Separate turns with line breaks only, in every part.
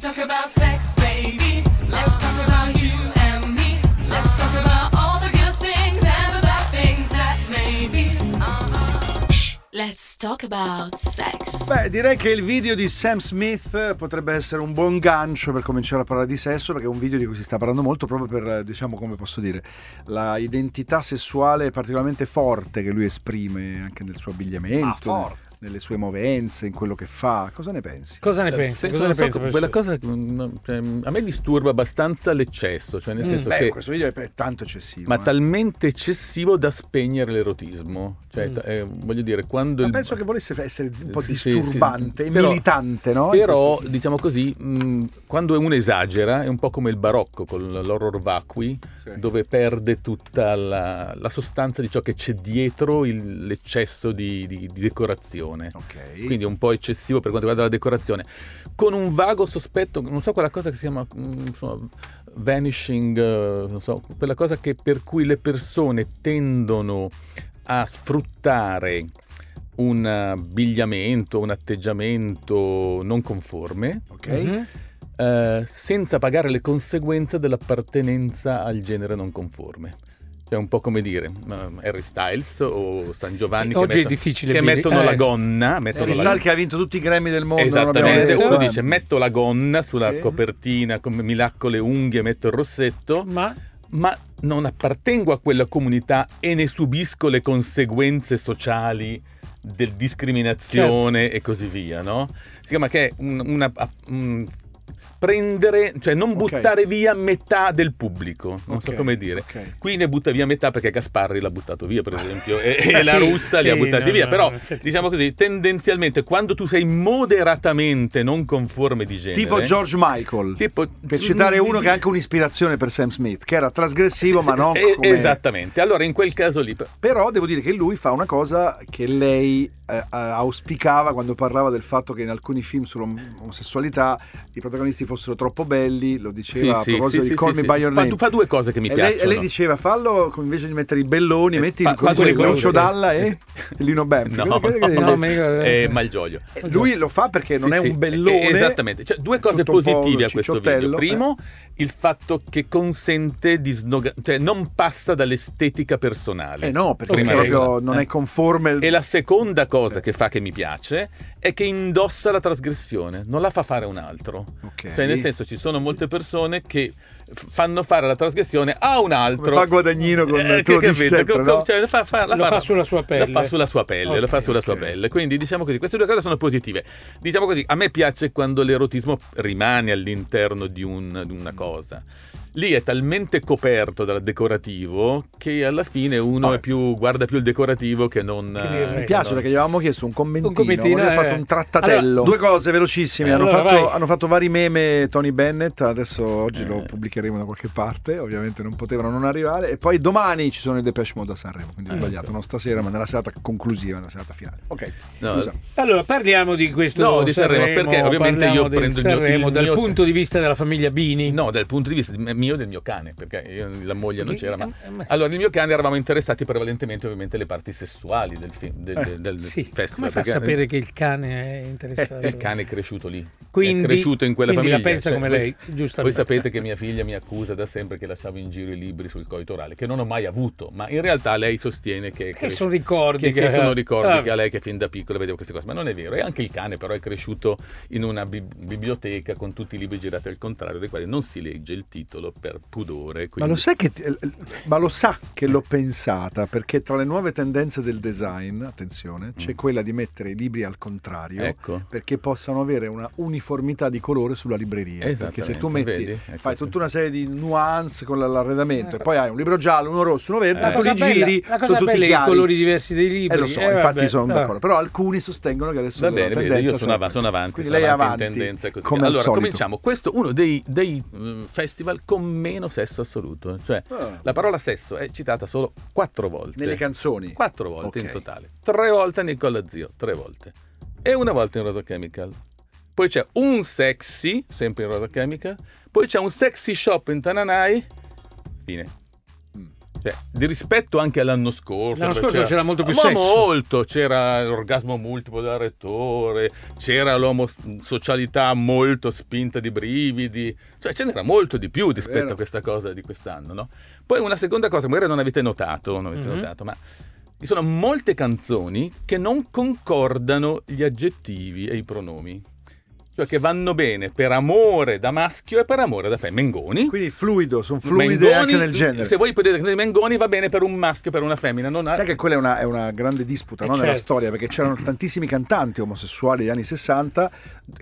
talk about sex, baby. Let's talk about you and me. Let's talk about all the good things and the bad things that may be. Uh-huh. Let's talk about sex.
Beh, direi che il video di Sam Smith eh, potrebbe essere un buon gancio per cominciare a parlare di sesso, perché è un video di cui si sta parlando molto proprio per, eh, diciamo, come posso dire, la identità sessuale particolarmente forte che lui esprime anche nel suo
Ah,
abbigliamento,
forte.
nelle sue movenze, in quello che fa. Cosa ne pensi?
Cosa ne
Eh,
pensi? Cosa
penso,
ne
non so,
pensi?
quella
professore?
cosa mm, cioè, a me disturba abbastanza l'eccesso, cioè
Mm.
nel senso
Beh,
che
questo video è è tanto eccessivo.
ma
eh.
talmente eccessivo da spegnere l'erotismo. Cioè,
Mm.
t- eh, voglio dire, quando
Ma
il
penso che volesse essere un po'
Sì, sì,
disturbante,
sì. Però-
militante, no? In
Però,
questo-
diciamo così, mh, quando uno esagera è un po' come il barocco con l'horror vacui,
Sì.
dove perde tutta la, la sostanza di ciò che c'è dietro il- l'eccesso di, di- di decorazione.
Ok.
Quindi è un po' eccessivo per quanto riguarda la decorazione. Con un vago sospetto, non so quella cosa che si chiama, mh, insomma, vanishing, eh, non so, quella cosa che- per cui le persone tendono a sfruttare un abbigliamento, un atteggiamento non conforme,
Ok.
Mhm.
eh, senza pagare le conseguenze dell'appartenenza al genere non conforme. Cioè un po' come dire, eh, Harry Styles o San Giovanni che,
Eh, Oggi è
metto-
difficile
che
dire-
mettono
eh.
la gonna, mettono
Harry
la-
Styles che ha vinto tutti i Grammy del mondo. non abbiamo
Esattamente,
detto,
uno
eh.
dice metto la gonna sulla
Sì.
copertina, come mi lacco le unghie, metto il rossetto,
Ma
Mm? ma non appartengo a quella comunità e ne subisco le conseguenze sociali del discriminazione
Certo.
e così via, no? Si chiama che è un- una... a- un- prendere, cioè non
Ok.
buttare via metà del pubblico, non so
Ok,
come dire.
ok.
Qui ne butta via metà perché Gasparri l'ha buttato via, per esempio, e, e
Ah. Sì,
la russa li ha
sì,
buttati
no,
via.
no,
Però,
in effetti
diciamo così, tendenzialmente, quando tu sei moderatamente non conforme di genere,
Tipo George Michael.
tipo-
Per citare uno che è anche un'ispirazione per Sam Smith, che era trasgressivo ma non
Eh,
come...
Esattamente. Allora, in quel caso lì,
Però devo dire che lui fa una cosa che lei eh, auspicava quando parlava del fatto che in alcuni film sull'omosessualità i protagonisti fossero troppo belli, lo diceva a proposito di Call Me By Your
Fa,
Name.
tu fa due cose che mi
e lei,
piacciono.
e lei diceva fallo con- invece di mettere i belloni,
Eh,
metti
fa-
come
fa
si
quelli
chiama,
con-
Lucio Dalla e Lino Bempi.
No,
Cosa- cosa-
no, mi ricordo.
eh, Malgioglio.
Eh, Lui lo fa perché non
Sì,
è
sì,
un bellone.
eh, Esattamente. Cioè, due
è
cose
tutto un po'
positive a questo video.
cicciottello, eh.
Primo, il fatto che consente di snogare, cioè non passa dall'estetica personale.
Eh no, perché
Prima
proprio
regola.
non è Eh.
Eh.
conforme.
E la seconda cosa che fa che mi piace è che indossa la trasgressione, non la fa fare un altro.
Ok.
Cioè, nel senso, ci sono molte persone che f- fanno fare la trasgressione a un altro.
Come fa Guadagnino con
Eh,
tu lo
che
dici
capito?
sempre,
Co-
no?
co- cioè, fa- fa- la
Lo fa sulla sua pelle.
Lo fa sulla sua pelle, lo
Ok,
fa sulla sua
ok.
pelle. Quindi diciamo così, queste due cose sono positive. Diciamo così, a me piace quando l'erotismo rimane all'interno di, un- di una cosa. Lì è talmente coperto dal decorativo che alla fine uno
Vabbè.
è più, guarda più il decorativo che non...
Che il
Mi piace
no.
perché gli avevamo chiesto un commentino,
Un commentino,
lui ha
eh.
fatto un trattatello.
Allora-
Due cose velocissime,
Eh,
hanno,
allora,
fatto,
vai.
hanno fatto vari meme Tony Bennett, adesso oggi lo
Eh.
pubblicheremo da qualche parte, ovviamente non potevano non arrivare e poi domani ci sono i Depeche Mode a Sanremo, quindi ho sbagliato, non stasera ma nella serata conclusiva, nella serata finale. Eh, Ok,
No.
scusa.
allora parliamo di questo
No, di Sanremo, perché ovviamente
parliamo
io
del
prendo il mio-
Sanremo
il
dal
mio-
punto di vista della famiglia Bini.
No, dal punto di vista di- mio e del mio cane, perché io, la moglie non
Che-
c'era, ma...
eh, ma-
Allora, nel mio cane eravamo interessati prevalentemente ovviamente alle parti sessuali del, film, del,
Eh,
del
Sì, come
festival.
fa a
perché-
sapere che il cane è interessato?
Eh, Il cane è cresciuto lì.
Quindi-
è cresciuto in quella
quindi la
famiglia. eh,
pensa come
voi-
lei, giustamente.
Voi sapete che mia figlia mi accusa da sempre che lasciavo in giro i libri sul coito orale, che non ho mai avuto, ma in realtà lei sostiene che...
Che
cres-
sono ricordi
Che, che sono ricordi
Ah,
che a lei che fin da piccola vedeva queste cose, ma non è vero. E anche il cane, però, è cresciuto in una bi- biblioteca con tutti i libri girati al contrario, dei quali non si legge il titolo per pudore.
Ma
quindi-
lo, sai che, ma lo sa che l'ho pensata perché tra le nuove tendenze del design, attenzione, c'è quella di mettere i libri al contrario
Mm. Ecco.
perché possano avere una uniformità di colore sulla libreria. Perché se tu
Esattamente,
metti,
vedi? Ecco,
fai
sì.
tutta una serie di nuance con l- l'arredamento e poi hai un libro giallo, uno rosso, uno verde,
La
e così
cosa bella-
giri,
Eh. la cosa
sono tutti
bella è i
chiari.
colori diversi dei libri,
Eh, lo so,
eh,
infatti
vabbè,
sono
ah.
d'accordo. Però alcuni sostengono che adesso
Va
la
bene,
tendenza
vedi, io sono,
sarà
av- sono avanti,
Quindi
sono
lei è
avanti
avanti,
in tendenza e così
come
via.
al
Allora,
solito.
cominciamo. Questo è uno dei, dei, mm, festival con meno sesso assoluto. Cioè,
Ah.
la parola sesso è citata solo quattro volte.
Nelle canzoni.
Quattro volte
Ok.
in totale. Tre volte in Nicola Zio, tre volte. E una volta in Rosa Chemical. Poi c'è un sexy, sempre
Mm.
in Rosa Chemical. Poi c'è un sexy shop in Tananai. Fine. Cioè, di rispetto anche all'anno scorso.
L'anno
perché
scorso c'era molto più
ma
sesso.
molto, c'era l'orgasmo multiplo da rettore, c'era l'omosocialità molto spinta di brividi, cioè ce n'era molto di più rispetto
Vero.
a questa cosa di quest'anno, no? Poi una seconda cosa, magari non avete notato, non avete
Mm-hmm.
Mhm.
notato, ma ci sono molte canzoni che non concordano gli aggettivi e i pronomi. Cioè che vanno bene per amore da maschio e per amore da femmina. Mengoni,
Quindi fluido, sono fluide anche nel genere.
mm, se voi potete che Mengoni va bene per un maschio e per una femmina, non ha...
Sai che quella è una, è una grande disputa
Eh,
no, nella
certo.
storia, perché c'erano tantissimi cantanti omosessuali degli anni 60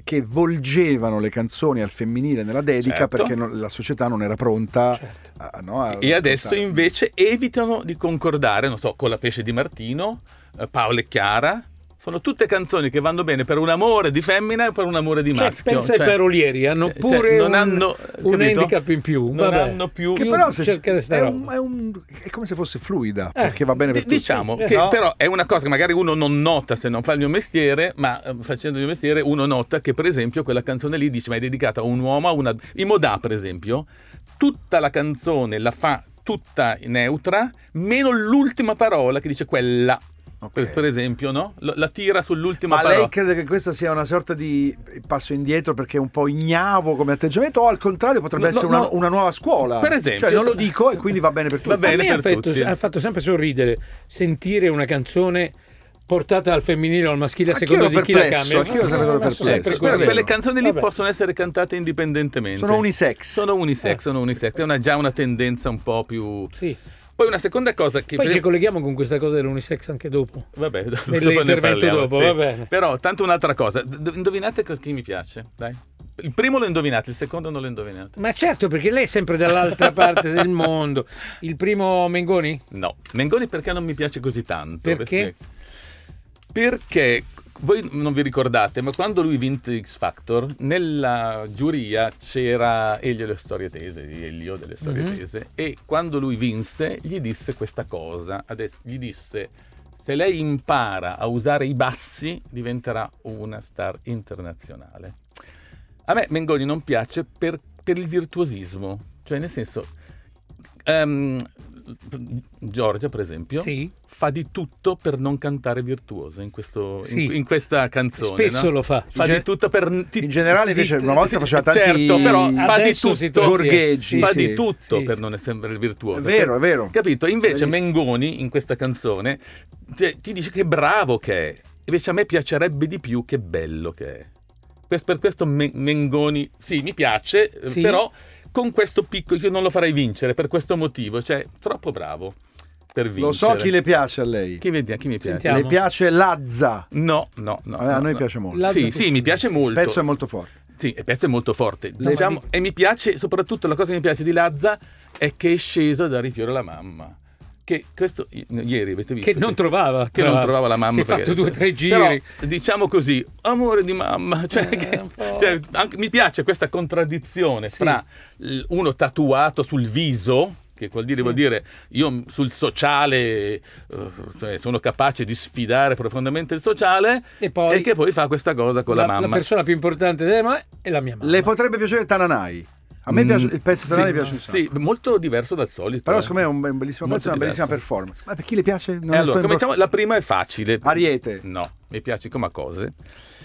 che volgevano le canzoni al femminile nella dedica
Certo.
perché non- la società non era pronta.
Certo.
a- no, a
E adesso
ascoltare.
invece evitano di concordare, non so, con la pesce di Martino, eh, Paolo e Chiara. Sono tutte canzoni che vanno bene per un amore di femmina e per un amore di
Cioè,
maschio. cioè,
pensa ai parolieri, hanno pure un- un
capito?
handicap in più,
Non
vabbè.
hanno più...
Che però se-
cercare sta
è,
roba.
un- è un- è come se fosse fluida, perché va bene per
Eh, Di-
tutti.
Diciamo
Eh,
che
no?
però è una cosa che magari uno non nota se non fa il mio mestiere, ma eh, facendo il mio mestiere uno nota che per esempio quella canzone lì dice ma è dedicata a un uomo, a una... I Modà per esempio, tutta la canzone la fa tutta neutra, meno l'ultima parola che dice quella,
Ok.
per, per esempio, no? Lo- La tira sull'ultima
Ma
parola.
lei crede che questa sia una sorta di passo indietro perché è un po' ignavo come atteggiamento o al contrario potrebbe
No,
essere
no,
una,
no.
una nuova scuola?
Per esempio.
Cioè non lo dico e quindi va bene per tutti.
Va bene
a me
per
ha fatto,
tutti.
ha fatto sempre sorridere sentire una canzone portata al femminile o al maschile a
Anch'io
seconda
ero
di chi la
perplesso,
cambia.
anch'io sarei
Ma
perplesso.
sempre
Guarda,
Guarda,
quello.
quelle canzoni lì
Vabbè.
possono essere cantate indipendentemente.
Sono unisex. Eh.
Sono unisex, sono unisex. È una- già una tendenza un po' più...
Sì.
Poi una seconda cosa che...
Poi
per-
ci colleghiamo con questa cosa dell'unisex anche dopo.
Vabbè, dopo ne
Nell'intervento
parliamo,
dopo,
sì.
va bene.
Però, tanto un'altra cosa. D- indovinate cos- chi mi piace, dai. Il primo lo indovinate, il secondo non lo indovinate.
Ma certo, perché lei è sempre dall'altra parte del mondo. Il primo Mengoni?
No. Mengoni perché non mi piace così tanto?
Perché?
Perché... Voi non vi ricordate, ma quando lui vinse X Factor, nella giuria c'era Elio delle Storie Tese, Elio delle Storie
Mhm.
Tese, e quando lui vinse gli disse questa cosa, adesso, gli disse se lei impara a usare i bassi diventerà una star internazionale. A me Mengoni non piace per, per il virtuosismo, cioè nel senso, ehm, Giorgia per esempio
Sì.
fa di tutto per non cantare virtuoso in, questo- in-
Sì.
in questa canzone.
Spesso
no?
lo fa.
Fa
In
di
ge-
tutto per...
in generale invece una volta faceva tanti
Certo, però fa di
Adesso si
tutto,
torna-
gorgheggi,
fa
sì.
di tutto
Sì,
per
sì.
non essere
È
virtuoso.
vero, è vero.
Capito? Invece
Verissimo.
Mengoni in questa canzone cioè, ti dice che bravo che è. Invece a me piacerebbe di più che bello che è. Per, per questo Me- Mengoni, sì, mi piace, eh,
Sì.
però con questo piccolo io non lo farei vincere per questo motivo, cioè troppo bravo per vincere.
Lo so chi le piace a lei.
Chi vedi- chi mi piace?
Sentiamo.
Le piace Lazza.
No, no, no.
Eh, a
no,
noi
no.
piace molto.
La-
Sì, sì, mi piace
Il
molto.
pezzo è molto forte.
Sì, il pezzo è molto forte.
ma
Diciamo-
di-
E mi piace, soprattutto la cosa che mi piace di Lazza è che è sceso da Rifiore la mamma. Che questo, i- ieri avete visto.
Che non trovava.
che
tra
non
l'altro.
trovava la mamma.
Si è
perché-
fatto due o tre giri.
Però, diciamo così, amore di mamma. Cioè,
Eh,
che-
un po'.
cioè, anche- mi piace questa contraddizione
Sì.
fra l- uno tatuato sul viso, che vuol dire,
Sì.
vuol dire io sul sociale eh, cioè, sono capace di sfidare profondamente il sociale,
E poi
e che poi fa questa cosa con la, mamma.
persona più importante della mamma è la mia mamma.
Le potrebbe piacere Tananai. A me
Ah. Mm,
piace, il pezzo
sì,
Tananai piace un sacco.
Sì, molto diverso dal solito.
Però
eh.
secondo me è un be- un bellissimo
Molto
pezzo, è una
diverso.
bellissima performance. Ma per chi le piace? Non
E
lo sto
allora,
in-
cominciamo. La prima è facile.
Ariete.
No, mi piace come cose.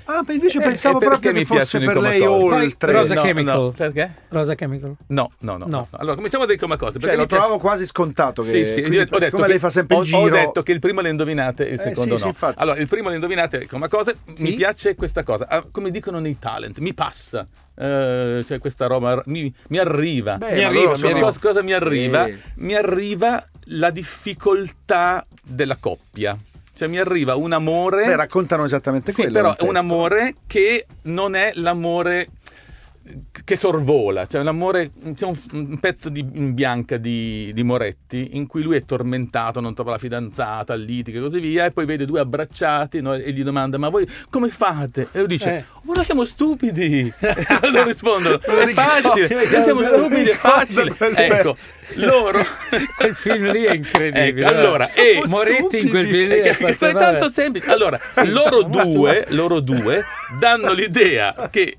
Ah, ma invece
Eh,
pensavo
e perché
proprio che
mi
fosse
piacciono i
per lei
comatose?
oltre. Cioè,
Poi- Rosa
no,
Chemical.
no, perché?
Rosa Chemical.
No, no, no,
No.
Allora, cominciamo dai come cose.
Cioè,
perché
lo
mi piace-
trovavo quasi scontato. Che,
Sì, sì,
quindi,
io ho detto
siccome
che-
lei fa sempre
ho,
il giro.
ho detto che il primo le indovinate e il
Eh,
secondo
sì, sì,
no.
infatti.
allora, il primo le indovinate come cose, mi
Sì.
piace questa cosa. Ah, come dicono nei talent, mi passa. Eh, cioè questa roba mi, mi arriva.
Beh,
Mi
ma
arriva,
loro
mi
Cioè,
sono-
arriva.
cosa, cosa mi
Sì.
arriva? Mi arriva la difficoltà della coppia. Cioè mi arriva un amore
Beh, raccontano esattamente
sì,
quello.
però
nel
è un
testo.
amore che non è l'amore che sorvola, cioè l'amore, c'è un, un pezzo di in bianca di, di Moretti in cui lui è tormentato, non trova la fidanzata, litiga e così via, e poi vede due abbracciati no, e gli domanda ma voi come fate? E lui dice "Oh,
Eh.
ma noi siamo stupidi, e loro rispondono è facile,
ricordo,
noi siamo
me lo
esatto.
stupidi, è
ricordo
facile,
quel
ecco, loro...
Quel film lì è incredibile.
Ecco, allora, e...
Moretti in quel film lì
Perché
è
è
particolare.
tanto semplice. Allora, loro due, loro due danno l'idea che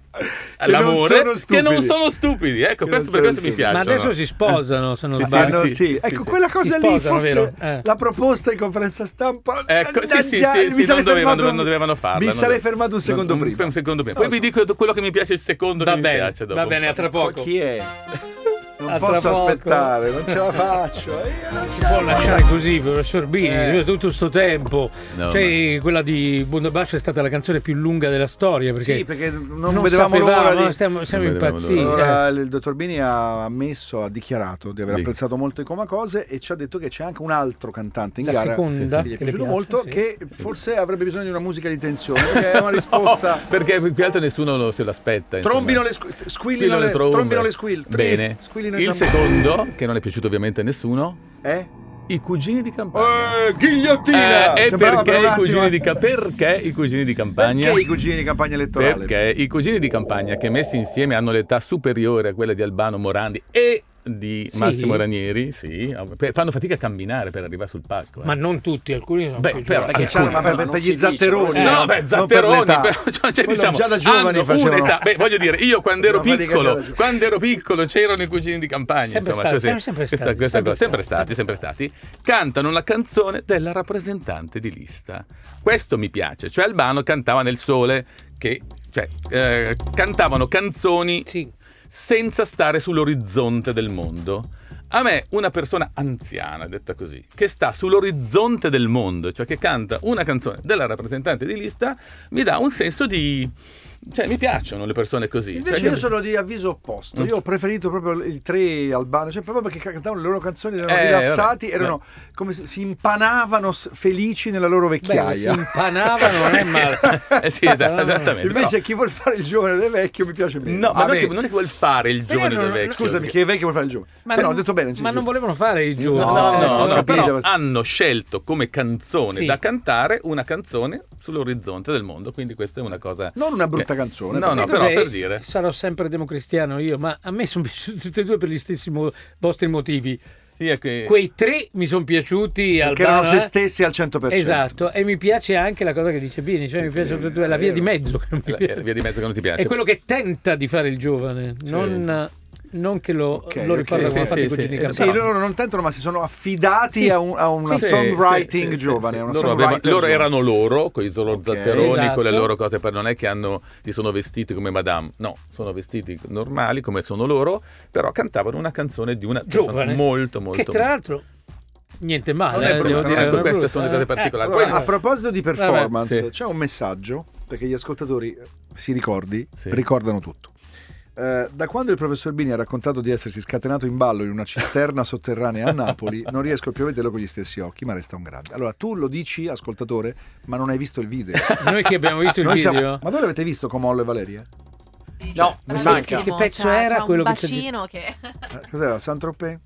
all'amore
non sono
che non
stupidi.
sono stupidi. Ecco,
Che
questo,
non
per
sono
questo mi
stupidi.
piace.
Ma adesso si sposano, se non
Sì, sì,
Ah,
sbaglio.
no, sì, ecco,
sì,
quella
sì.
cosa
Si
lì
sposano,
forse
vero? Eh.
la proposta in conferenza stampa
Ecco, sì, sì,
mannaggia,
sì,
mi
sì,
sarei
non, dovevano,
fermato un-
non dovevano farla.
mi
non
sarei
dove-
fermato un secondo
non-
prima
Un secondo prima.
No,
Poi vi dico quello che mi piace il secondo
Va
che mi
bene,
piace dopo.
va bene, a tra poco.
chi è? non
A tra
posso
poco.
aspettare non ce la faccio eh, non ce la
può
faccio.
lasciare così, professor Bini,
Eh.
tutto sto tempo.
No,
cioè, quella di Bundabash è stata la canzone più lunga della storia perché,
sì perché non,
non
vedevamo
sapevamo,
l'ora di
stiamo, siamo
Non vedevamo
impazziti.
l'ora.
eh.
Allora, il dottor Bini ha ammesso, ha dichiarato di aver
Sì.
apprezzato molto i Coma Cose e ci ha detto che c'è anche un altro cantante in
La
gara
seconda
che gli
che
è
le
piaciuto
piace,
molto
sì.
che forse avrebbe bisogno di una musica di tensione perché è una risposta
No, perché più che altro nessuno lo- se l'aspetta. insomma.
Trombino le squ- squillino le-
trombe.
trombino le squill- tri-
Bene.
squillino i
Il
tamburi.
secondo, che non è piaciuto ovviamente a nessuno,
eh?
i cugini di campagna.
Eh, ghigliottina!
Eh, e
Sembrava
perché
per un
i,
attimo- eh.
cugini di, ca- perché i cugini di campagna?
Perché i cugini di campagna elettorale?
Perché i cugini di campagna che messi insieme hanno l'età superiore a quella di Albano Morandi e di
Sì.
Massimo Ranieri, sì, pe- fanno fatica a camminare per arrivare sul palco. eh.
Ma non tutti, alcuni sono
Beh,
più
però-
giovani.
Perché c'hanno, ma per,
No,
per
non si
gli
dice,
zatteroni.
Eh,
no, beh,
no,
non per
Zatteroni,
l'età.
però cioè,
Quello
diciamo,
già da giovani
hanno
facevano-
un'età. Beh, voglio dire, io quando ero
Una fatica già da
piccolo,
giovani.
quando ero piccolo c'erano i cugini di campagna,
Sempre
insomma,
stati,
così.
sempre- sempre
Questa-
stati,
questa
sempre
cosa- sempre stati, sempre stati. Cantano la canzone della rappresentante di lista. Questo mi piace, cioè Albano cantava nel sole che cioè, eh, cantavano canzoni
Sì.
senza stare sull'orizzonte del mondo. A me una persona anziana, detta così, che sta sull'orizzonte del mondo, cioè che canta una canzone della rappresentante di lista, mi dà un senso di... cioè mi piacciono le persone così.
Invece
Cioè,
io
che-
sono di avviso opposto. Io ho preferito proprio i tre albani, cioè proprio perché cantavano le loro canzoni, erano
Eh,
rilassati,
vabbè.
erano come se- si impanavano s- felici nella loro
Beh,
vecchiaia.
si impanavano, non è male.
Eh sì, esatto, esattamente.
Invece
Però-
chi vuol fare il giovane del vecchio mi piace Ah, bene.
No, ma non è,
Vabbè,
che, non è che vuol fare
Eh,
il giovane
non-
del vecchio.
Scusami, chi è vecchio vuol fare il giovane?
Ma
Però
non-
ho detto bene. sì,
ma non
giusto.
volevano fare Eh, i giovani.
No,
No,
no,
no,
no,
capito.
però hanno scelto come canzone
Sì.
da cantare una canzone sull'orizzonte del mondo, quindi questa è una cosa...
Non una brutta
Eh,
canzone.
no,
per
no,
esempio.
però
Cos'è?
per dire.
Sarò sempre democristiano io, ma a me sono piaciuti tutti e due per gli stessi mo- vostri motivi.
Sì, è che...
Quei tre mi sono piaciuti al
Che erano
bar,
se
eh?
stessi al 100%.
Esatto, e mi piace anche la cosa che dice Bini, cioè
Sì,
mi
sì,
piace
è
tutte e due, la via
vero.
di mezzo che non mi
La-
piace.
la via di mezzo che non ti piace.
È quello che tenta di fare il giovane, non, non che lo,
Ok,
lo
ok.
ricorda come
Sì, sì,
fatti
sì,
i cugini
sì,
campani.
Sì,
Però-
loro non tentano, ma si sono affidati
Sì.
a, un- a una
Sì, sì,
songwriting
sì, sì,
giovane.
sì.
una
Loro, aveva-
songwriter
loro
giovane.
erano loro, con i loro
Ok.
zatteroni, con le
Esatto.
loro cose, per- non è che hanno, si sono vestiti come Madame, no, sono vestiti normali come sono loro, però cantavano una canzone di una persona
giovane
molto molto...
che tra l'altro niente male,
Non è
eh,
brutta,
devo
non
dire,
è
non è
brutta.
brutta,
Queste sono le
eh.
cose particolari.
Allora,
Poi-
a proposito di performance,
Vabbè, sì.
c'è un messaggio perché gli ascoltatori eh, si ricordi,
Sì.
ricordano tutto. Eh, da quando il professor Bini ha raccontato di essersi scatenato in ballo in una cisterna sotterranea a Napoli, non riesco più a vederlo con gli stessi occhi, ma resta un grande. Allora, tu lo dici, ascoltatore, ma non hai visto il video.
Noi che abbiamo visto il
Noi siamo-
video.
Ma voi l'avete visto Comollo e Valeria?
No,
mi
Bravissimo,
manca.
Che pezzo
c'ha-
era
c'ha
quello
un
che c'è di-
bacino che
Eh, Cos'era? Saint-Tropez?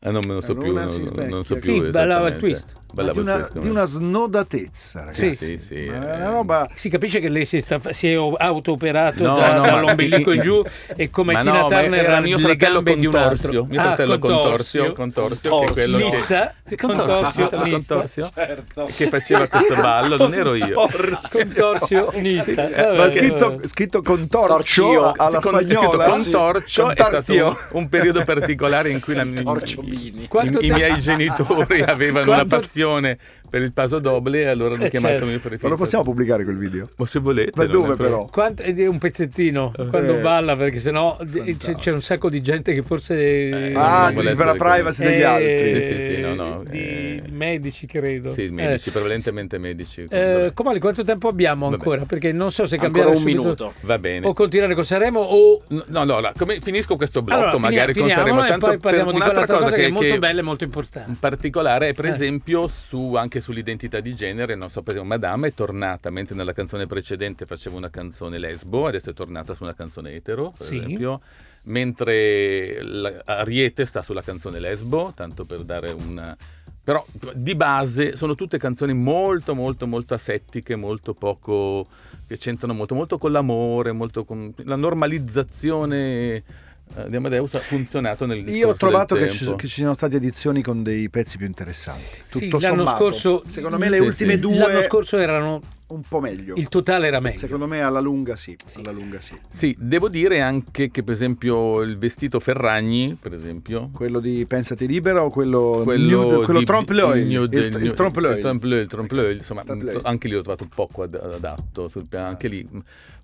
eh, non me lo so
La
più,
luna
non,
si
non- non so
specchia.
più
Sì, ballava il
esattamente.
twist.
Ma Di
Ballava il
una,
twist,
di
come-
una snodatezza, ragazzi.
eh. Sì, sì, sì.
Ma
eh.
è una roba...
Si capisce che lei si, sta- si è autooperato
No,
da-
no, ma-
dall'ombelico in giù e come
Ma
Tina
no, ma
Turner
era
era
mio
le
fratello
gambe di un
Contorsio,
altro. Ah,
mio fratello Contorsio, Contorsio, che è quello che-
Mista, Contorsio,
fratello
mista.
Contorsio,
certo.
che faceva questo ballo, non ero io.
Contorsio, mista.
Sì, eh,
Vabbè,
Ma
Perché-
scritto, scritto contorcio
Torcio.
alla
Con- è scritto
spagnola.
contorcio è stato
Contarcio.
un, un periodo particolare in cui la-
Torciobini.
Quanto
i, i
ta-
miei genitori avevano
Quanto-
una passione per il paso doble e allora hanno
Eh,
chiamato
certo.
mio preferito.
Ma lo possiamo pubblicare quel video?
Ma se volete.
Ma
non
dove
è proprio-
però?
Quanto- ed è un pezzettino quando
Eh.
balla perché sennò d- c'è, c'è un sacco di gente che forse
Eh,
non
Ah,
non
dici
vuole
per la
essere
privacy degli
Eh,
altri.
Sì, sì, sì, no, no,
di
eh.
medici credo
Sì, medici,
Eh,
prevalentemente medici.
eh, Comali quanto tempo abbiamo
Vabbè.
ancora perché non so se
Ancora
cambiare
un
subito
minuto.
Va bene.
o continuare con Saremo o
No, no, allora, come- finisco questo blocco,
Allora, fini-
magari con
finiamola
Sanremo,
e
tanto
poi
per
parliamo di
un'altra
quell'altra
cosa,
cosa che è molto
che-
bella e molto importante.
In particolare, per
Certo. Eh.
esempio, su, anche sull'identità di genere, non so, per esempio, Madame è tornata, mentre nella canzone precedente faceva una canzone lesbo, adesso è tornata su una canzone etero, per
Sì.
esempio, mentre la- Ariete sta sulla canzone lesbo, tanto per dare una... Però di base sono tutte canzoni molto molto molto asettiche, molto poco che c'entrano molto, molto con l'amore, molto con la normalizzazione eh, di Amadeus ha funzionato nel
Io ho
corso del
trovato che ci,
tempo.
che ci siano state edizioni con dei pezzi più interessanti.
Sì,
Tutto
l'anno
sommato.
scorso-
secondo me, le
Sì,
ultime
sì.
due.
L'anno scorso erano
un po' meglio.
Il totale era meglio.
Secondo me alla lunga sì,
Sì.
alla lunga sì.
Sì, devo dire anche che per esempio il vestito Ferragni, per esempio,
Quello di Pensati Libera o quello, nude- quello
di-
Trump Loil?
nude-
il, il
nude-
Trump Loil.
il Trump Loil, il Trump Loil, insomma,
Trump Loil.
anche lì l'ho trovato un poco ad- adatto, sul piano, anche lì mh,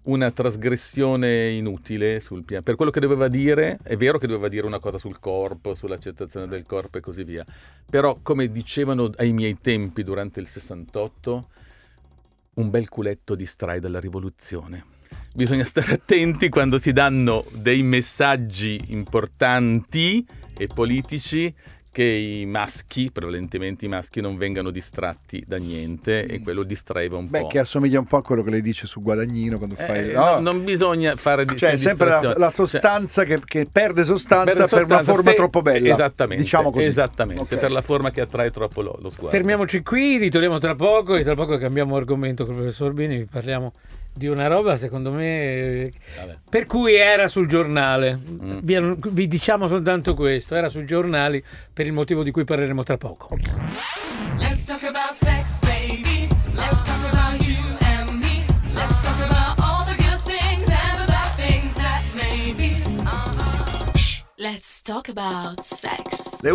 una trasgressione inutile sul piano. Per quello che doveva dire, è vero che doveva dire una cosa sul corpo, sull'accettazione del corpo e così via, però come dicevano ai miei tempi durante il 68, un bel culetto distrae dalla rivoluzione. Bisogna stare attenti quando si danno dei messaggi importanti e politici che i maschi, prevalentemente i maschi, non vengano distratti da niente e quello distraeva un
Beh,
po'.
che assomiglia un po' a quello che lei dice su Guadagnino quando
Boh. Eh,
fai...
eh,
no.
no, non bisogna fare di-
Cioè, è sempre la,
distrazione.
la
Cioè,
sostanza che, che perde sostanza per, una
sostanza,
forma
se-
troppo bella.
Esattamente.
Diciamo così.
Esattamente,
Ok.
per la forma che attrae troppo lo, lo sguardo.
Fermiamoci qui, ritorniamo tra poco e tra poco cambiamo argomento con il professor Bini, vi parliamo di una roba secondo me eh,
Vabbè.
per cui era sul giornale.
Mm.
Vi, annu- vi diciamo soltanto questo, era sui giornali per il motivo di cui parleremo tra poco.
Let's talk about sex, baby. Let's talk about you and me. Let's talk about all the good things and the bad things that may be. Uh-huh. Shh. Let's talk about sex.
Le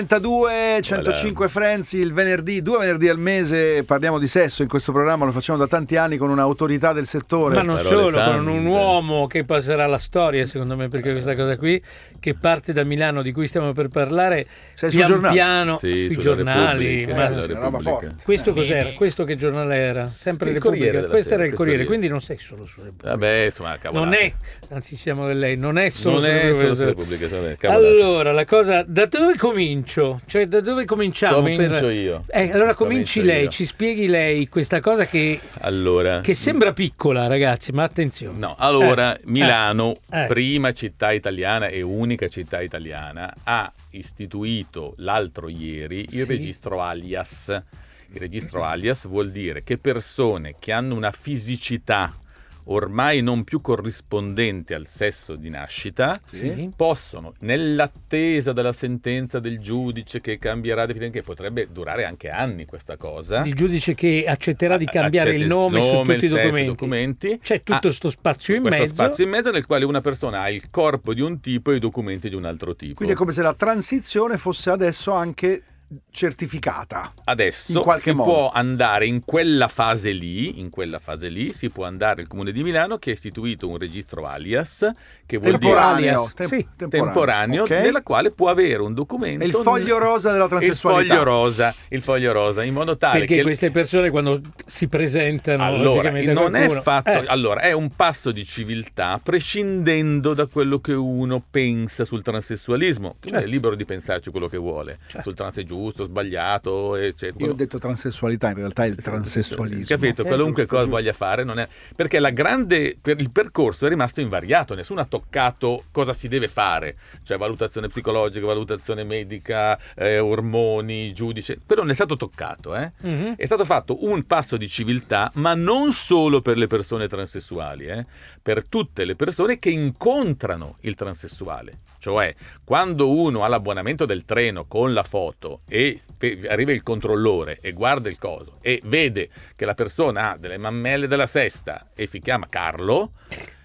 11.32, 105 Frenzi, il venerdì, due venerdì al mese parliamo di sesso in questo programma, lo facciamo da tanti anni con un'autorità del settore.
Ma non
parole
solo,
sante.
con un uomo che passerà alla storia, secondo me, perché questa cosa qui, che parte da Milano, di cui stiamo per parlare,
Sei sul
pian
giornale?
piano
Sì, eh.
sui
sulla
giornali.
Repubblica,
ma-
sulla
sì, una roba
Repubblica.
forte.
questo cos'era? Questo che giornale era? Sempre
Il
Repubblica.
Corriere della
Questo
Sera,
era il
questo
Corriere,
lì.
quindi non sei solo su Repubblica.
Vabbè, insomma, cavolate.
non è, anzi siamo da lei, non è solo
Non
sulla
è solo
Repubblica.
sulla Repubblica, vabbè, cavolate.
allora, la cosa, da dove comincio? Cioè, da dove cominciamo?
Comincio
per-
io.
Eh, allora cominci
Comincio
lei,
io.
ci spieghi lei questa cosa che
Allora,
che sembra piccola, ragazzi, ma attenzione.
Mm. No, allora
Eh,
Milano,
eh, eh.
prima città italiana e unica città italiana, ha istituito l'altro ieri il
Sì.
registro alias. Il registro alias vuol dire che persone che hanno una fisicità ormai non più corrispondente al sesso di nascita
Sì.
possono, nell'attesa della sentenza del giudice che cambierà definitivamente, che potrebbe durare anche anni questa cosa,
Il giudice che accetterà di cambiare
Accetta
il nome, su tutti
il
i
sesso,
documenti.
documenti.
C'è tutto
Ah,
sto spazio in
questo
mezzo.
spazio in mezzo nel quale una persona ha il corpo di un tipo e i documenti di un altro tipo.
Quindi è come se la transizione fosse adesso anche certificata.
Adesso
in qualche
si
modo.
può andare in quella fase lì, in quella fase lì, si può andare al Comune di Milano che ha istituito un registro alias che vuol
Temporaneo.
alias.
tem-
Sì.
dire temporaneo,
ok?
nella quale può avere un documento
È il foglio rosa della
il
transessualità.
foglio rosa, il foglio rosa, in modo tale
perché
che
queste persone quando si presentano
Allora,
logicamente a
non è
qualcuno,
fatto,
eh,
allora, è un passo di civiltà prescindendo da quello che uno pensa sul transessualismo. Cioè,
Certo.
è libero di pensarci quello che vuole,
Certo.
sul trans è giusto, sbagliato, eccetera.
Io ho
Quello-
detto transessualità, in realtà è il transessualismo.
Capito,
Eh,
qualunque
giusto,
cosa
giusto.
voglia fare, non è... perché la grande... per- il percorso è rimasto invariato, nessuno ha toccato cosa si deve fare, cioè valutazione psicologica, valutazione medica, eh, ormoni, giudice, quello non è stato toccato, eh?
mhm.
È stato fatto un passo di civiltà, ma non solo per le persone transessuali, eh, per tutte le persone che incontrano il transessuale. Cioè, quando uno ha l'abbonamento del treno con la foto e fe- arriva il controllore e guarda il coso e vede che la persona ha delle mammelle della sesta e si chiama Carlo,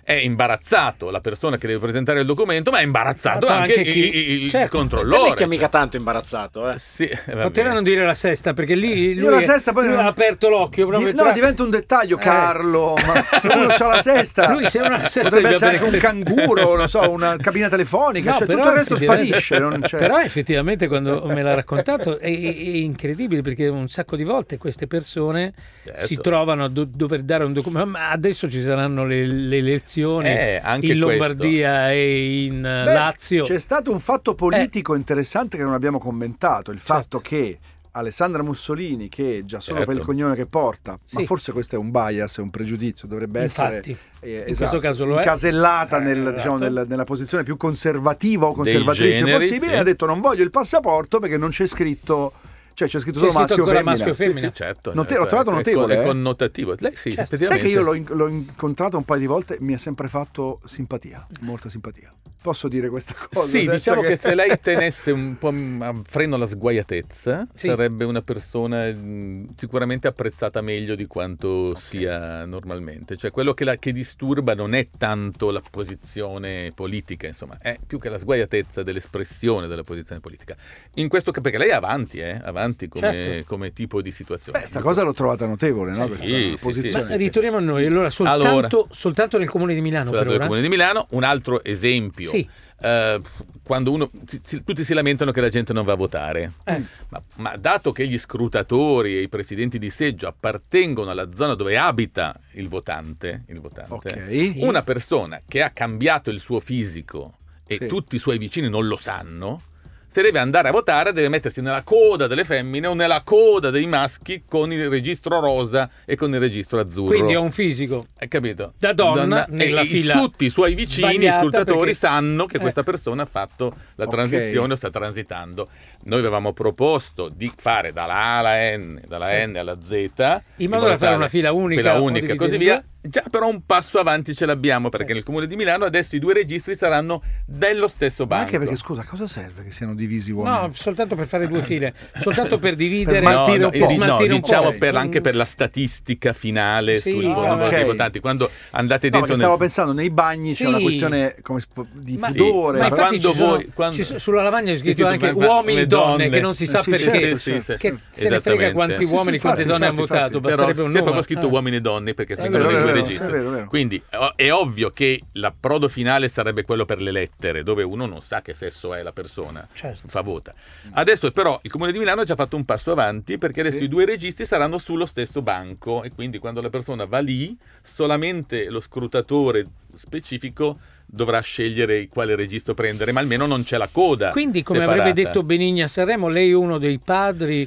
è imbarazzato la persona che deve presentare il documento, ma è imbarazzato
Fatto
anche,
anche chi-
i- i- il
Certo.
controllore. cioè,
che è mica tanto imbarazzato, eh.
Sì, va
Poteva
bene.
non dire la sesta perché lì
Eh.
lui,
Io la sesta poi-
lui ha aperto l'occhio proprio
Di-
tra-
no, diventa un dettaglio,
Eh.
Carlo. Ma se uno ha la sesta,
Lui se uno ha la sesta
potrebbe
gli
essere anche
apre-
un canguro, non so, una cabina telefonica,
No,
cioè
però
tutto il resto
effettivamente-
sparisce. non c'è-
Però effettivamente quando me l'ha raccontato è, è- è incredibile perché un sacco di volte queste persone
Certo.
si trovano a do- dover dare un documento. Ma adesso ci saranno le, le elezioni
Eh, anche
in
questo.
Lombardia e in eh,
Beh,
Lazio. Eh.
C'è stato un fatto politico interessante che non abbiamo commentato,
Certo.
il fatto che Alessandra Mussolini, che già solo
Certo.
per il cognome che porta,
Sì.
ma forse questo è un bias, è un pregiudizio, dovrebbe
Infatti,
essere eh,
in questo caso lo è.
incasellata nel-
Eh,
diciamo,
esatto.
nel- nella posizione più conservativa o conservatrice
generi,
possibile,
sì.
ha detto non voglio il passaporto perché non c'è scritto Cioè c'è scritto
C'è
solo
scritto
maschio o
ancora
femmina.
maschio e
Sì,
femmina.
sì, certo.
Non te-
certo,
l'ho trovato
è- è-
notevole,
È,
eh.
connotativo. Lei sì,
Cioè, sai
effettivamente.
che io l'ho, in- l'ho incontrato un paio di volte, mi ha sempre fatto simpatia, molta simpatia. Posso dire questa cosa?
Sì,
senza
diciamo che... se lei tenesse un po' a freno alla sguaiatezza,
Sì.
sarebbe una persona mh, sicuramente apprezzata meglio di quanto sia normalmente. Cioè, quello che, la- che disturba non è tanto la posizione politica, insomma, è più che la sguaiatezza dell'espressione della posizione politica. In questo ca- perché lei è avanti, eh, avanti come,
Certo.
come tipo di situazione.
Beh, sta cosa l'ho trovata notevole, no?
Sì,
questa
sì, sì.
Ma
posizione.
sì, sì.
ritorniamo a noi. Allora soltanto,
Allora.
soltanto nel comune di Milano
Sulla
per
del
ora.
Comune di Milano, un altro esempio.
Sì,
Eh, quando uno, si- si- tutti si lamentano che la gente non va a votare,
eh,
Mm.
ma, ma dato che gli scrutatori e i presidenti di seggio appartengono alla zona dove abita il votante, il votante
Ok.
Sì.
una persona che ha cambiato il suo fisico e
Sì.
tutti i suoi vicini non lo sanno, se deve andare a votare deve mettersi nella coda delle femmine o nella coda dei maschi con il registro rosa e con il registro azzurro.
quindi è un fisico.
Hai capito?
Da donna nella
e i-
fila
Tutti i suoi vicini,
sbagliata,
ascoltatori,
perché-
sanno che
Eh.
questa persona ha fatto la
Ok.
transizione o sta transitando. Noi avevamo proposto di fare dalla A alla N, dalla
Sì.
N alla Z. In
modo
modo
da fare
tale-
una fila unica,
fila
o
unica e così
dividendo.
via. Già però un passo avanti ce l'abbiamo perché
Certo.
nel Comune di Milano adesso i due registri saranno dello stesso
Ma
banco.
anche perché, scusa, a cosa serve che siano divisi uomini?
No, soltanto per fare due file, soltanto per dividere
Per smaltire
no,
un po'.
di- no,
smaltire un po'.
diciamo per- anche per la statistica finale
Sì,
sul
ah,
numero
ok.
dei votanti. Quando andate
No, perché
dentro nel-
stavo pensando, nei bagni
Sì.
c'è una questione come si può- di
Ma-
pudore.
ma
ma
infatti
quando
ci sono-
voi- quando-
ci sono- sulla lavagna è
Sì,
scritto
sì,
anche
ma- ma-
uomini e
le
donne, che non si
Eh,
sa
sì,
perché.
certo,
sì, sì.
Che se ne frega
Esattamente.
quanti
Sì, sì,
uomini e quante
infatti,
donne hanno
infatti,
votato,
infatti.
però
basterebbe
c'è
un
proprio
numero.
scritto
Ah.
uomini e donne perché ci
È
sono
vero,
i
è
due
vero,
registri.
è vero, è vero.
Quindi o- è ovvio che l'approdo finale sarebbe quello per le lettere, dove uno non sa che sesso è la persona.
Certo.
Fa vota. Adesso però il Comune di Milano ha già fatto un passo avanti perché adesso
Sì.
i due registri saranno sullo stesso banco e quindi quando la persona va lì solamente lo scrutatore specifico dovrà scegliere quale registro prendere, ma almeno non c'è la coda.
Quindi, come avrebbe
separata.
detto Benigni a Sanremo, lei è uno dei padri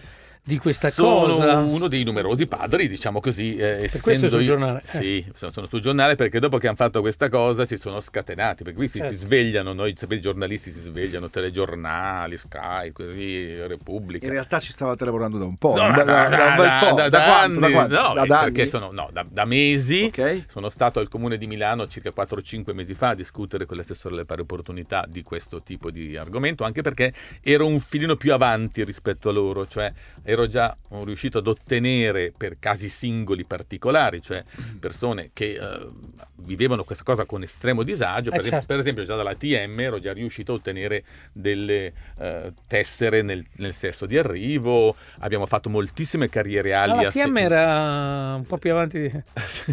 di questa
sono
cosa.
uno dei numerosi padri, diciamo così. eh,
questo
essendo
è sul
io-
giornale, eh.
Sì, sono, sono sul giornale perché dopo che hanno fatto questa cosa si sono scatenati. Perché qui si, si
Certo.
svegliano, noi sapete, i giornalisti si svegliano, telegiornali, Sky, così, Repubblica.
In realtà ci stavate lavorando da un po'.
No,
da,
ma
da- da un bel po'. Da,
da
quanto? Da
anni,
quanto?
no,
Da- da
perché
anni?
sono no, da, da mesi.
Ok.
Sono stato al comune di Milano circa 4-5 mesi fa a discutere con l'assessore delle pari opportunità di questo tipo di argomento, anche perché ero un filino più avanti rispetto a loro, cioè ero già riuscito ad ottenere per casi singoli particolari, cioè
Mm.
persone che eh, vivevano questa cosa con estremo disagio,
Eh,
per,
certo.
per esempio già dalla TM ero già riuscito a ottenere delle eh, tessere nel, nel sesso di arrivo, abbiamo fatto moltissime carriere
Ah, la
alias. Mm-hmm.
TM era un po' più avanti. di-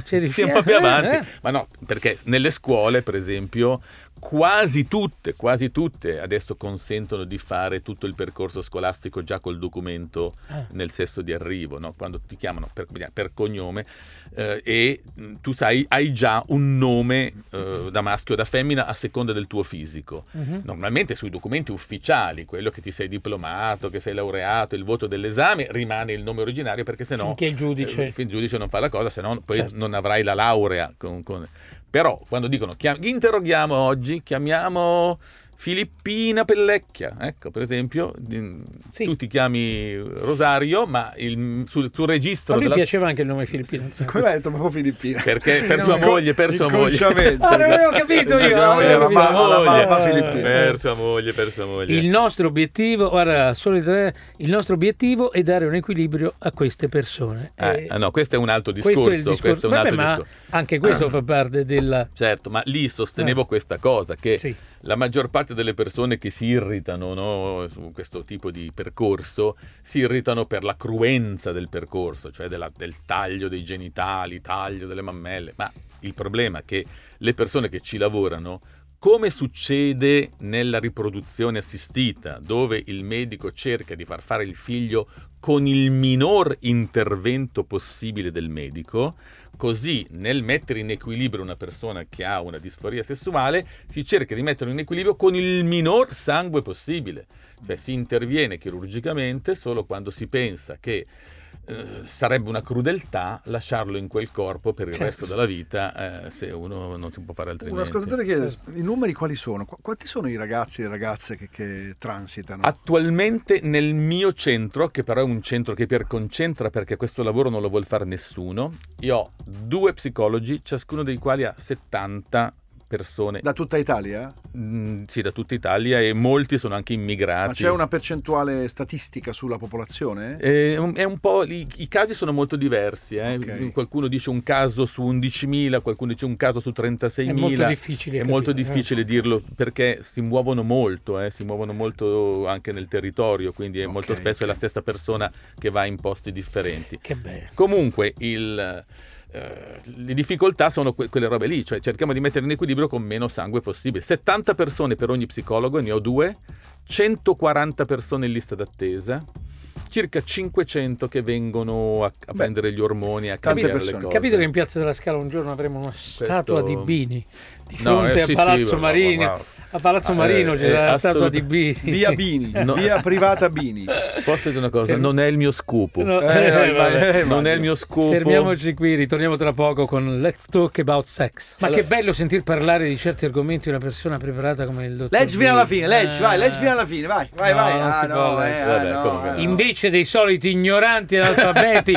C'eri
Sì, un po' più
eh,
avanti,
eh.
ma no, perché nelle scuole, per esempio, quasi tutte, quasi tutte adesso consentono di fare tutto il percorso scolastico già col documento
Ah.
nel sesso di arrivo, no? quando ti chiamano per, per cognome eh, e mh, tu sai, hai già un nome eh, da maschio o da femmina a seconda del tuo fisico.
Mhm.
Normalmente sui documenti ufficiali, quello che ti sei diplomato, che sei laureato, il voto dell'esame, rimane il nome originario perché sennò
Finché il
eh,
giudice.
il giudice non fa la cosa, se no poi
Certo.
non avrai la laurea. con- con- Però quando dicono chiam- interroghiamo oggi, chiamiamo Filippina Pellecchia, ecco per esempio, di-
Sì.
tu ti chiami Rosario, ma il- sul tuo registro
A lui
della-
piaceva anche il nome Filippino.
Come ha detto proprio Filippina.
Perché per
No,
sua
inco-
moglie, per sua moglie.
inconsciamente.
Ah, non avevo capito io.
La moglie,
avevo
la
capito.
mamma, la
eh, moglie. Eh.
mamma Filippina.
per sua moglie, per sua moglie.
Il nostro obiettivo, guarda, solo i tre- il nostro obiettivo è dare un equilibrio a queste persone.
Eh,
Eh,
ah, no, questo è un altro discorso.
questo è il discorso.
questo è un
Vabbè,
altro
ma
discorso.
anche questo fa parte della...
Certo, ma lì sostenevo
Eh.
questa cosa che
Sì.
la maggior parte delle persone che si irritano no, su questo tipo di percorso si irritano per la cruenza del percorso, cioè della- del taglio dei genitali, taglio delle mammelle, ma il problema è che le persone che ci lavorano, come succede nella riproduzione assistita, dove il medico cerca di far fare il figlio con il minor intervento possibile del medico, così nel mettere in equilibrio una persona che ha una disforia sessuale, si cerca di metterlo in equilibrio con il minor sangue possibile. Cioè si interviene chirurgicamente solo quando si pensa che eh, sarebbe una crudeltà lasciarlo in quel corpo per il
Certo.
resto della vita eh, se uno non si può fare
Un
altrimenti.
ascoltatore chiede i numeri quali sono? Qu- quanti sono i ragazzi e le ragazze che, che transitano?
Attualmente nel mio centro, che però è un centro che per concentra perché questo lavoro non lo vuol fare nessuno, io ho due psicologi, ciascuno dei quali ha 70 persone,
da tutta Italia?
mm, sì, da tutta Italia e molti sono anche immigrati.
Ma c'è una percentuale statistica sulla popolazione?
Eh, è un- è un po', i, i casi sono molto diversi, eh.
Ok.
qualcuno dice un caso su 11.000, qualcuno dice un caso su 36.000.
È molto difficile.
È molto
capire, eh.
difficile dirlo perché si muovono molto, eh, si muovono molto anche nel territorio, quindi è
Ok,
molto spesso è la stessa persona che va in posti differenti.
Eh, Che bello.
Comunque il, eh, le difficoltà sono que- quelle robe lì, cioè cerchiamo di mettere in equilibrio con meno sangue possibile. 70 persone per ogni psicologo, ne ho due, 140 persone in lista d'attesa. Circa 500 che vengono a, a
Beh,
prendere gli ormoni, a
tante
cambiare
persone.
le cose.
Capito che in Piazza della Scala un giorno avremo una statua di Bini di
No,
fronte
eh,
a
sì, sì,
Palazzo
guarda,
Marini.
guarda, guarda.
A Palazzo
Eh,
Marino
eh,
c'è la statua
assolut-
di Bini.
Via Bini,
No.
via privata Bini.
Posso dire una cosa? Non è il mio scoop.
No,
Eh, vai,
vabbè.
vai.
non è il mio scopo.
Fermiamoci qui, ritorniamo tra poco con Let's Talk About Sex. Ma
Allora-
che bello sentir parlare di certi argomenti una persona preparata come il dottor.
Leggi fino alla fine, leggi,
Eh.
vai, leggi fino alla fine, vai, vai,
No,
vai.
non
Ah,
si
no,
può,
eh,
leggi. Vabbè,
ah, no,
comunque
eh,
no.
no.
Invece dei soliti ignoranti analfabeti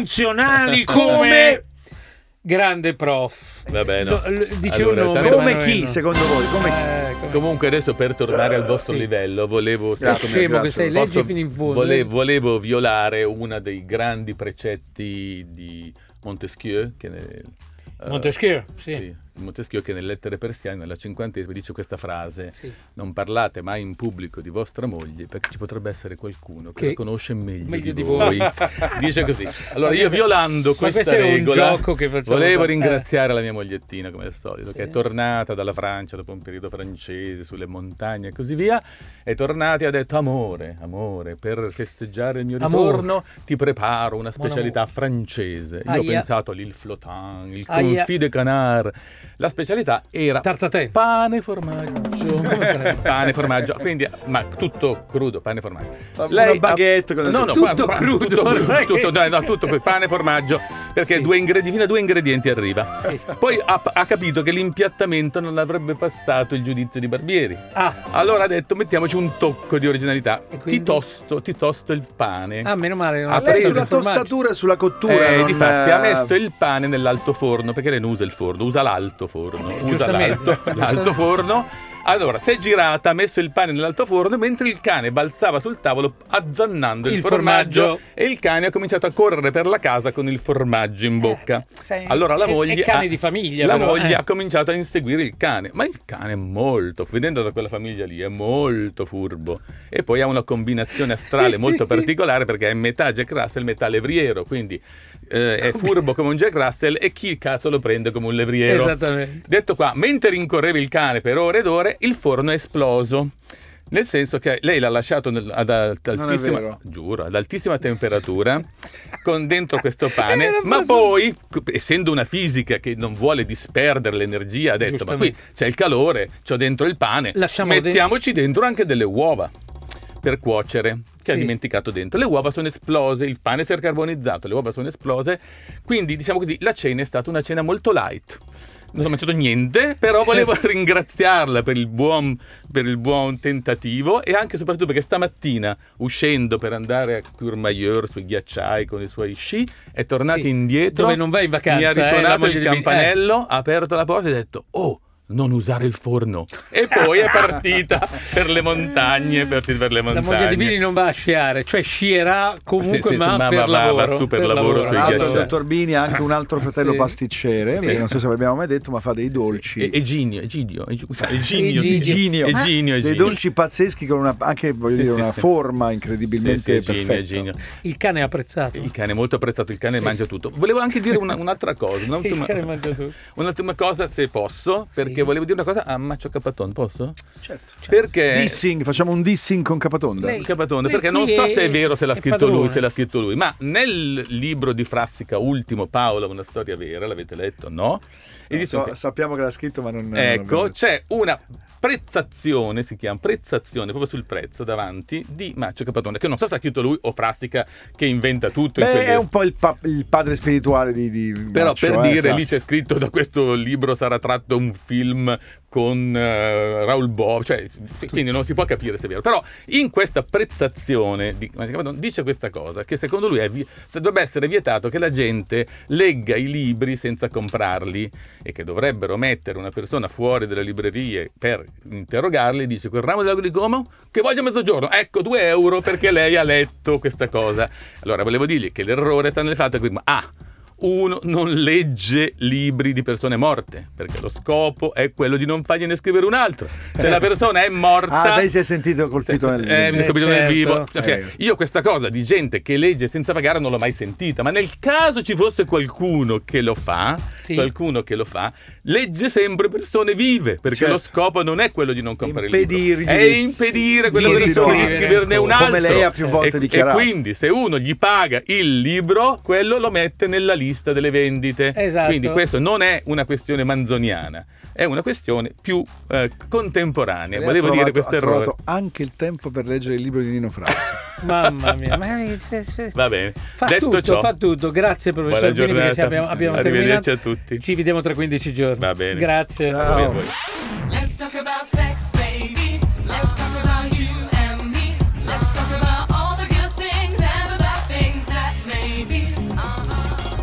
funzionali come...
Come?
Grande prof.
Vabbè, no.
So- l- dice
Allora,
un nome.
tanto-
Come
ma
chi,
no.
secondo voi? Come chi?
Eh, come-
Comunque adesso per tornare al vostro
Sì.
livello volevo
Sei
Sì,
scemo
esatto.
che sei,
leggi fino in fondo.
vole- volevo violare uno dei grandi precetti di Montesquieu che nel- eh,
Montesquieu, sì.
sì, Montesquieu che nelle lettere persiane alla cinquantesima dice questa frase
Sì.
non parlate mai in pubblico di vostra moglie perché ci potrebbe essere qualcuno che,
Che-
la conosce meglio,
meglio
di
di
voi.
voi.
Dice così. Allora io violando
Ma
questa
questo è un
regola
gioco che facciamo
volevo
sempre.
ringraziare la mia mogliettina come al solito
Sì.
che è tornata dalla Francia dopo un periodo francese sulle montagne e così via è tornata e ha detto amore, amore, per festeggiare il mio
Amore.
ritorno ti preparo una
Buon
specialità francese. Io ho
Aia.
pensato all'il flottant, il
Aia.
confit de canard. La specialità era
Tartatè.
Pane e formaggio. pane e formaggio. Quindi, ma tutto crudo, pane e formaggio. Lei
baguette, cosa-
No, no,
Tutto
pa- pa-
crudo,
Tutto, crudo,
ormai.
tutto, no, no, tutto crudo, pane e formaggio. Perché
Sì.
due ingredienti, fino a due ingredienti arriva.
Sì.
Poi ha, ha capito che l'impiattamento non avrebbe passato il giudizio di Barbieri.
Ah,
Allora ha detto mettiamoci un tocco di originalità.
E quindi?
Ti tosto, ti tosto il pane.
ah, meno male. Non
Ha
ho
Lei
preso
preso
sulla
il formaggio.
tostatura e sulla cottura.
Eh,
non,
difatti, ha
eh,
messo il pane nell'alto forno perché lei non usa il forno, usa l'alto forno.
Eh,
usa
giustamente.
l'alto, l'alto forno. Allora, si è girata, ha messo il pane nell'alto forno mentre il cane balzava sul tavolo azzannando il,
Il
formaggio,
formaggio.
e il cane ha cominciato a correre per la casa con il formaggio in bocca.
Sì.
Allora la
Eh, È- è
moglie,
cane
ha,
di famiglia,
la
però,
moglie
eh.
ha cominciato a inseguire il cane, ma il cane è molto, vedendo da quella famiglia lì, è molto furbo. E poi ha una combinazione astrale molto particolare perché è metà Jack Russell, metà levriero, quindi eh, è furbo come un Jack Russell e chi cazzo lo prende come un levriero?
Esatto, Esattamente.
Detto qua, mentre rincorrevi il cane per ore ed ore, il forno è esploso. Nel senso che lei l'ha lasciato nel- ad alt-
è
altissima,
vero.
giuro, ad altissima temperatura, con dentro questo pane,
Era
ma
forse-
poi, c- essendo una fisica che non vuole disperdere l'energia, ha detto, ma qui
Giustamente.
c'è il calore, c'ho dentro il pane,
Lasciamo
mettiamoci dentro anche delle uova per cuocere, che ha
Sì.
dimenticato dentro. Le uova sono esplose, il pane si è carbonizzato, le uova sono esplose, quindi diciamo così, la cena è stata una cena molto light. Non ho mangiato niente, però volevo ringraziarla per il, buon, per il buon tentativo e anche e soprattutto perché stamattina, uscendo per andare a Courmayeur sui ghiacciai con i suoi sci, è tornata
Sì,
indietro.
dove non vai in vacanza,
Mi ha
eh, la
risuonato
moglie
il
di- eh.
campanello, ha aperto la porta e ha detto: Oh! Non usare il forno. E poi è partita per le montagne. è partita per le
La
montagne.
moglie di Bini non va a sciare, cioè scierà comunque,
Sì, sì,
ma,
sì, ma-
per
ma- ma-
lavoro. Ah,
va su per lavoro
Tra
sui Sì,
l'altro, il
cioè.
dottor Bini ha anche un altro fratello
Sì.
pasticcere,
Sì.
perché non so se l'abbiamo mai detto, ma fa dei dolci.
E, Eginio, Egidio, Egidio, Eginio,
Eginio.
Eginio,
Ah.
Eginio,
dei
Eginio.
dolci pazzeschi con una, anche voglio
Sì,
dire,
sì,
una
sì.
forma
Sì, sì,
incredibilmente
Eginio,
perfetta.
Eginio.
Il cane è apprezzato.
Il cane è molto apprezzato, il cane mangia tutto. Volevo anche dire una- un'altra cosa, un'ultima,
cane mangia tutto.
un'ultima cosa se posso, perché
Sì.
volevo dire una cosa a Maccio Capatone, posso?
Certo.
Perché
Dissing, facciamo un dissing con Capatonda.
Lei-
Capatonda,
Lei
perché non
qui
so
è-
se è vero se l'ha
è
scritto
padrone.
lui, se l'ha scritto lui, ma nel libro di Frassica Ultimo Paola, una storia vera, l'avete letto, no? E
Non
dice
so, sappiamo che l'ha scritto, ma non. non
Ecco,
abbiamo-
c'è una prezzazione, si chiama prezzazione, proprio sul prezzo davanti di Maccio Capatone, che non so se ha scritto lui o Frassica che inventa tutto. in
Beh,
quelle-
è un po' il, pa- il padre spirituale di, di
Però
Maccio,
per
eh,
dire, lì
Fras-
c'è scritto da questo libro sarà tratto un film con eh, Raoul Bob, cioè, quindi non si può capire se è vero. Però in questa prezzazione di- dice questa cosa, che secondo lui è vi- se dovrebbe essere vietato che la gente legga i libri senza comprarli e che dovrebbero mettere una persona fuori dalle librerie per interrogarli, dice quel ramo dell'ago di Como che voglio a mezzogiorno, ecco 2 euro perché lei ha letto questa cosa. Allora volevo dirgli che l'errore sta nel fatto che ah, uno non legge libri di persone morte, perché lo scopo è quello di non fargliene scrivere un altro. Se la persona è morta...
Ah, lei si è sentito colpito nel
Eh, mi
Eh,
è capitato nel
certo.
vivo. Cioè,
Eh.
Io questa cosa di gente che legge senza pagare non l'ho mai sentita, ma nel caso ci fosse qualcuno che lo fa,
Sì.
qualcuno che lo fa, legge sempre persone vive, perché
Certo.
lo scopo non è quello di non comprare il
Impedirgli
libro, è
di-
impedire quella
di
persona di
riscrivere
scriverne un
ancora.
altro.
Come lei ha più volte
e,
dichiarato.
E quindi se uno gli paga il libro, quello lo mette nella lista delle vendite.
Esatto.
Quindi questo non è una questione manzoniana, è una questione più eh,
Lei
contemporanea.
ha
Volevo
trovato-
dire questo
ha
errore.
trovato anche il tempo per leggere il libro di Nino Frassi.
Mamma mia, ma fa
Va bene. Detto
tutto,
ciò,
fa tutto. Grazie professor
buona
Bini perché
giornata.
ci abbiamo, abbiamo
Arrivederci
terminato.
a tutti.
Ci vediamo tra 15 giorni.
Va bene.
Grazie.
Ciao.
Come vuoi.
Let's talk about sex, baby. Let's talk about you and me. Let's talk about all the good things and the bad things that may be. Uh-huh.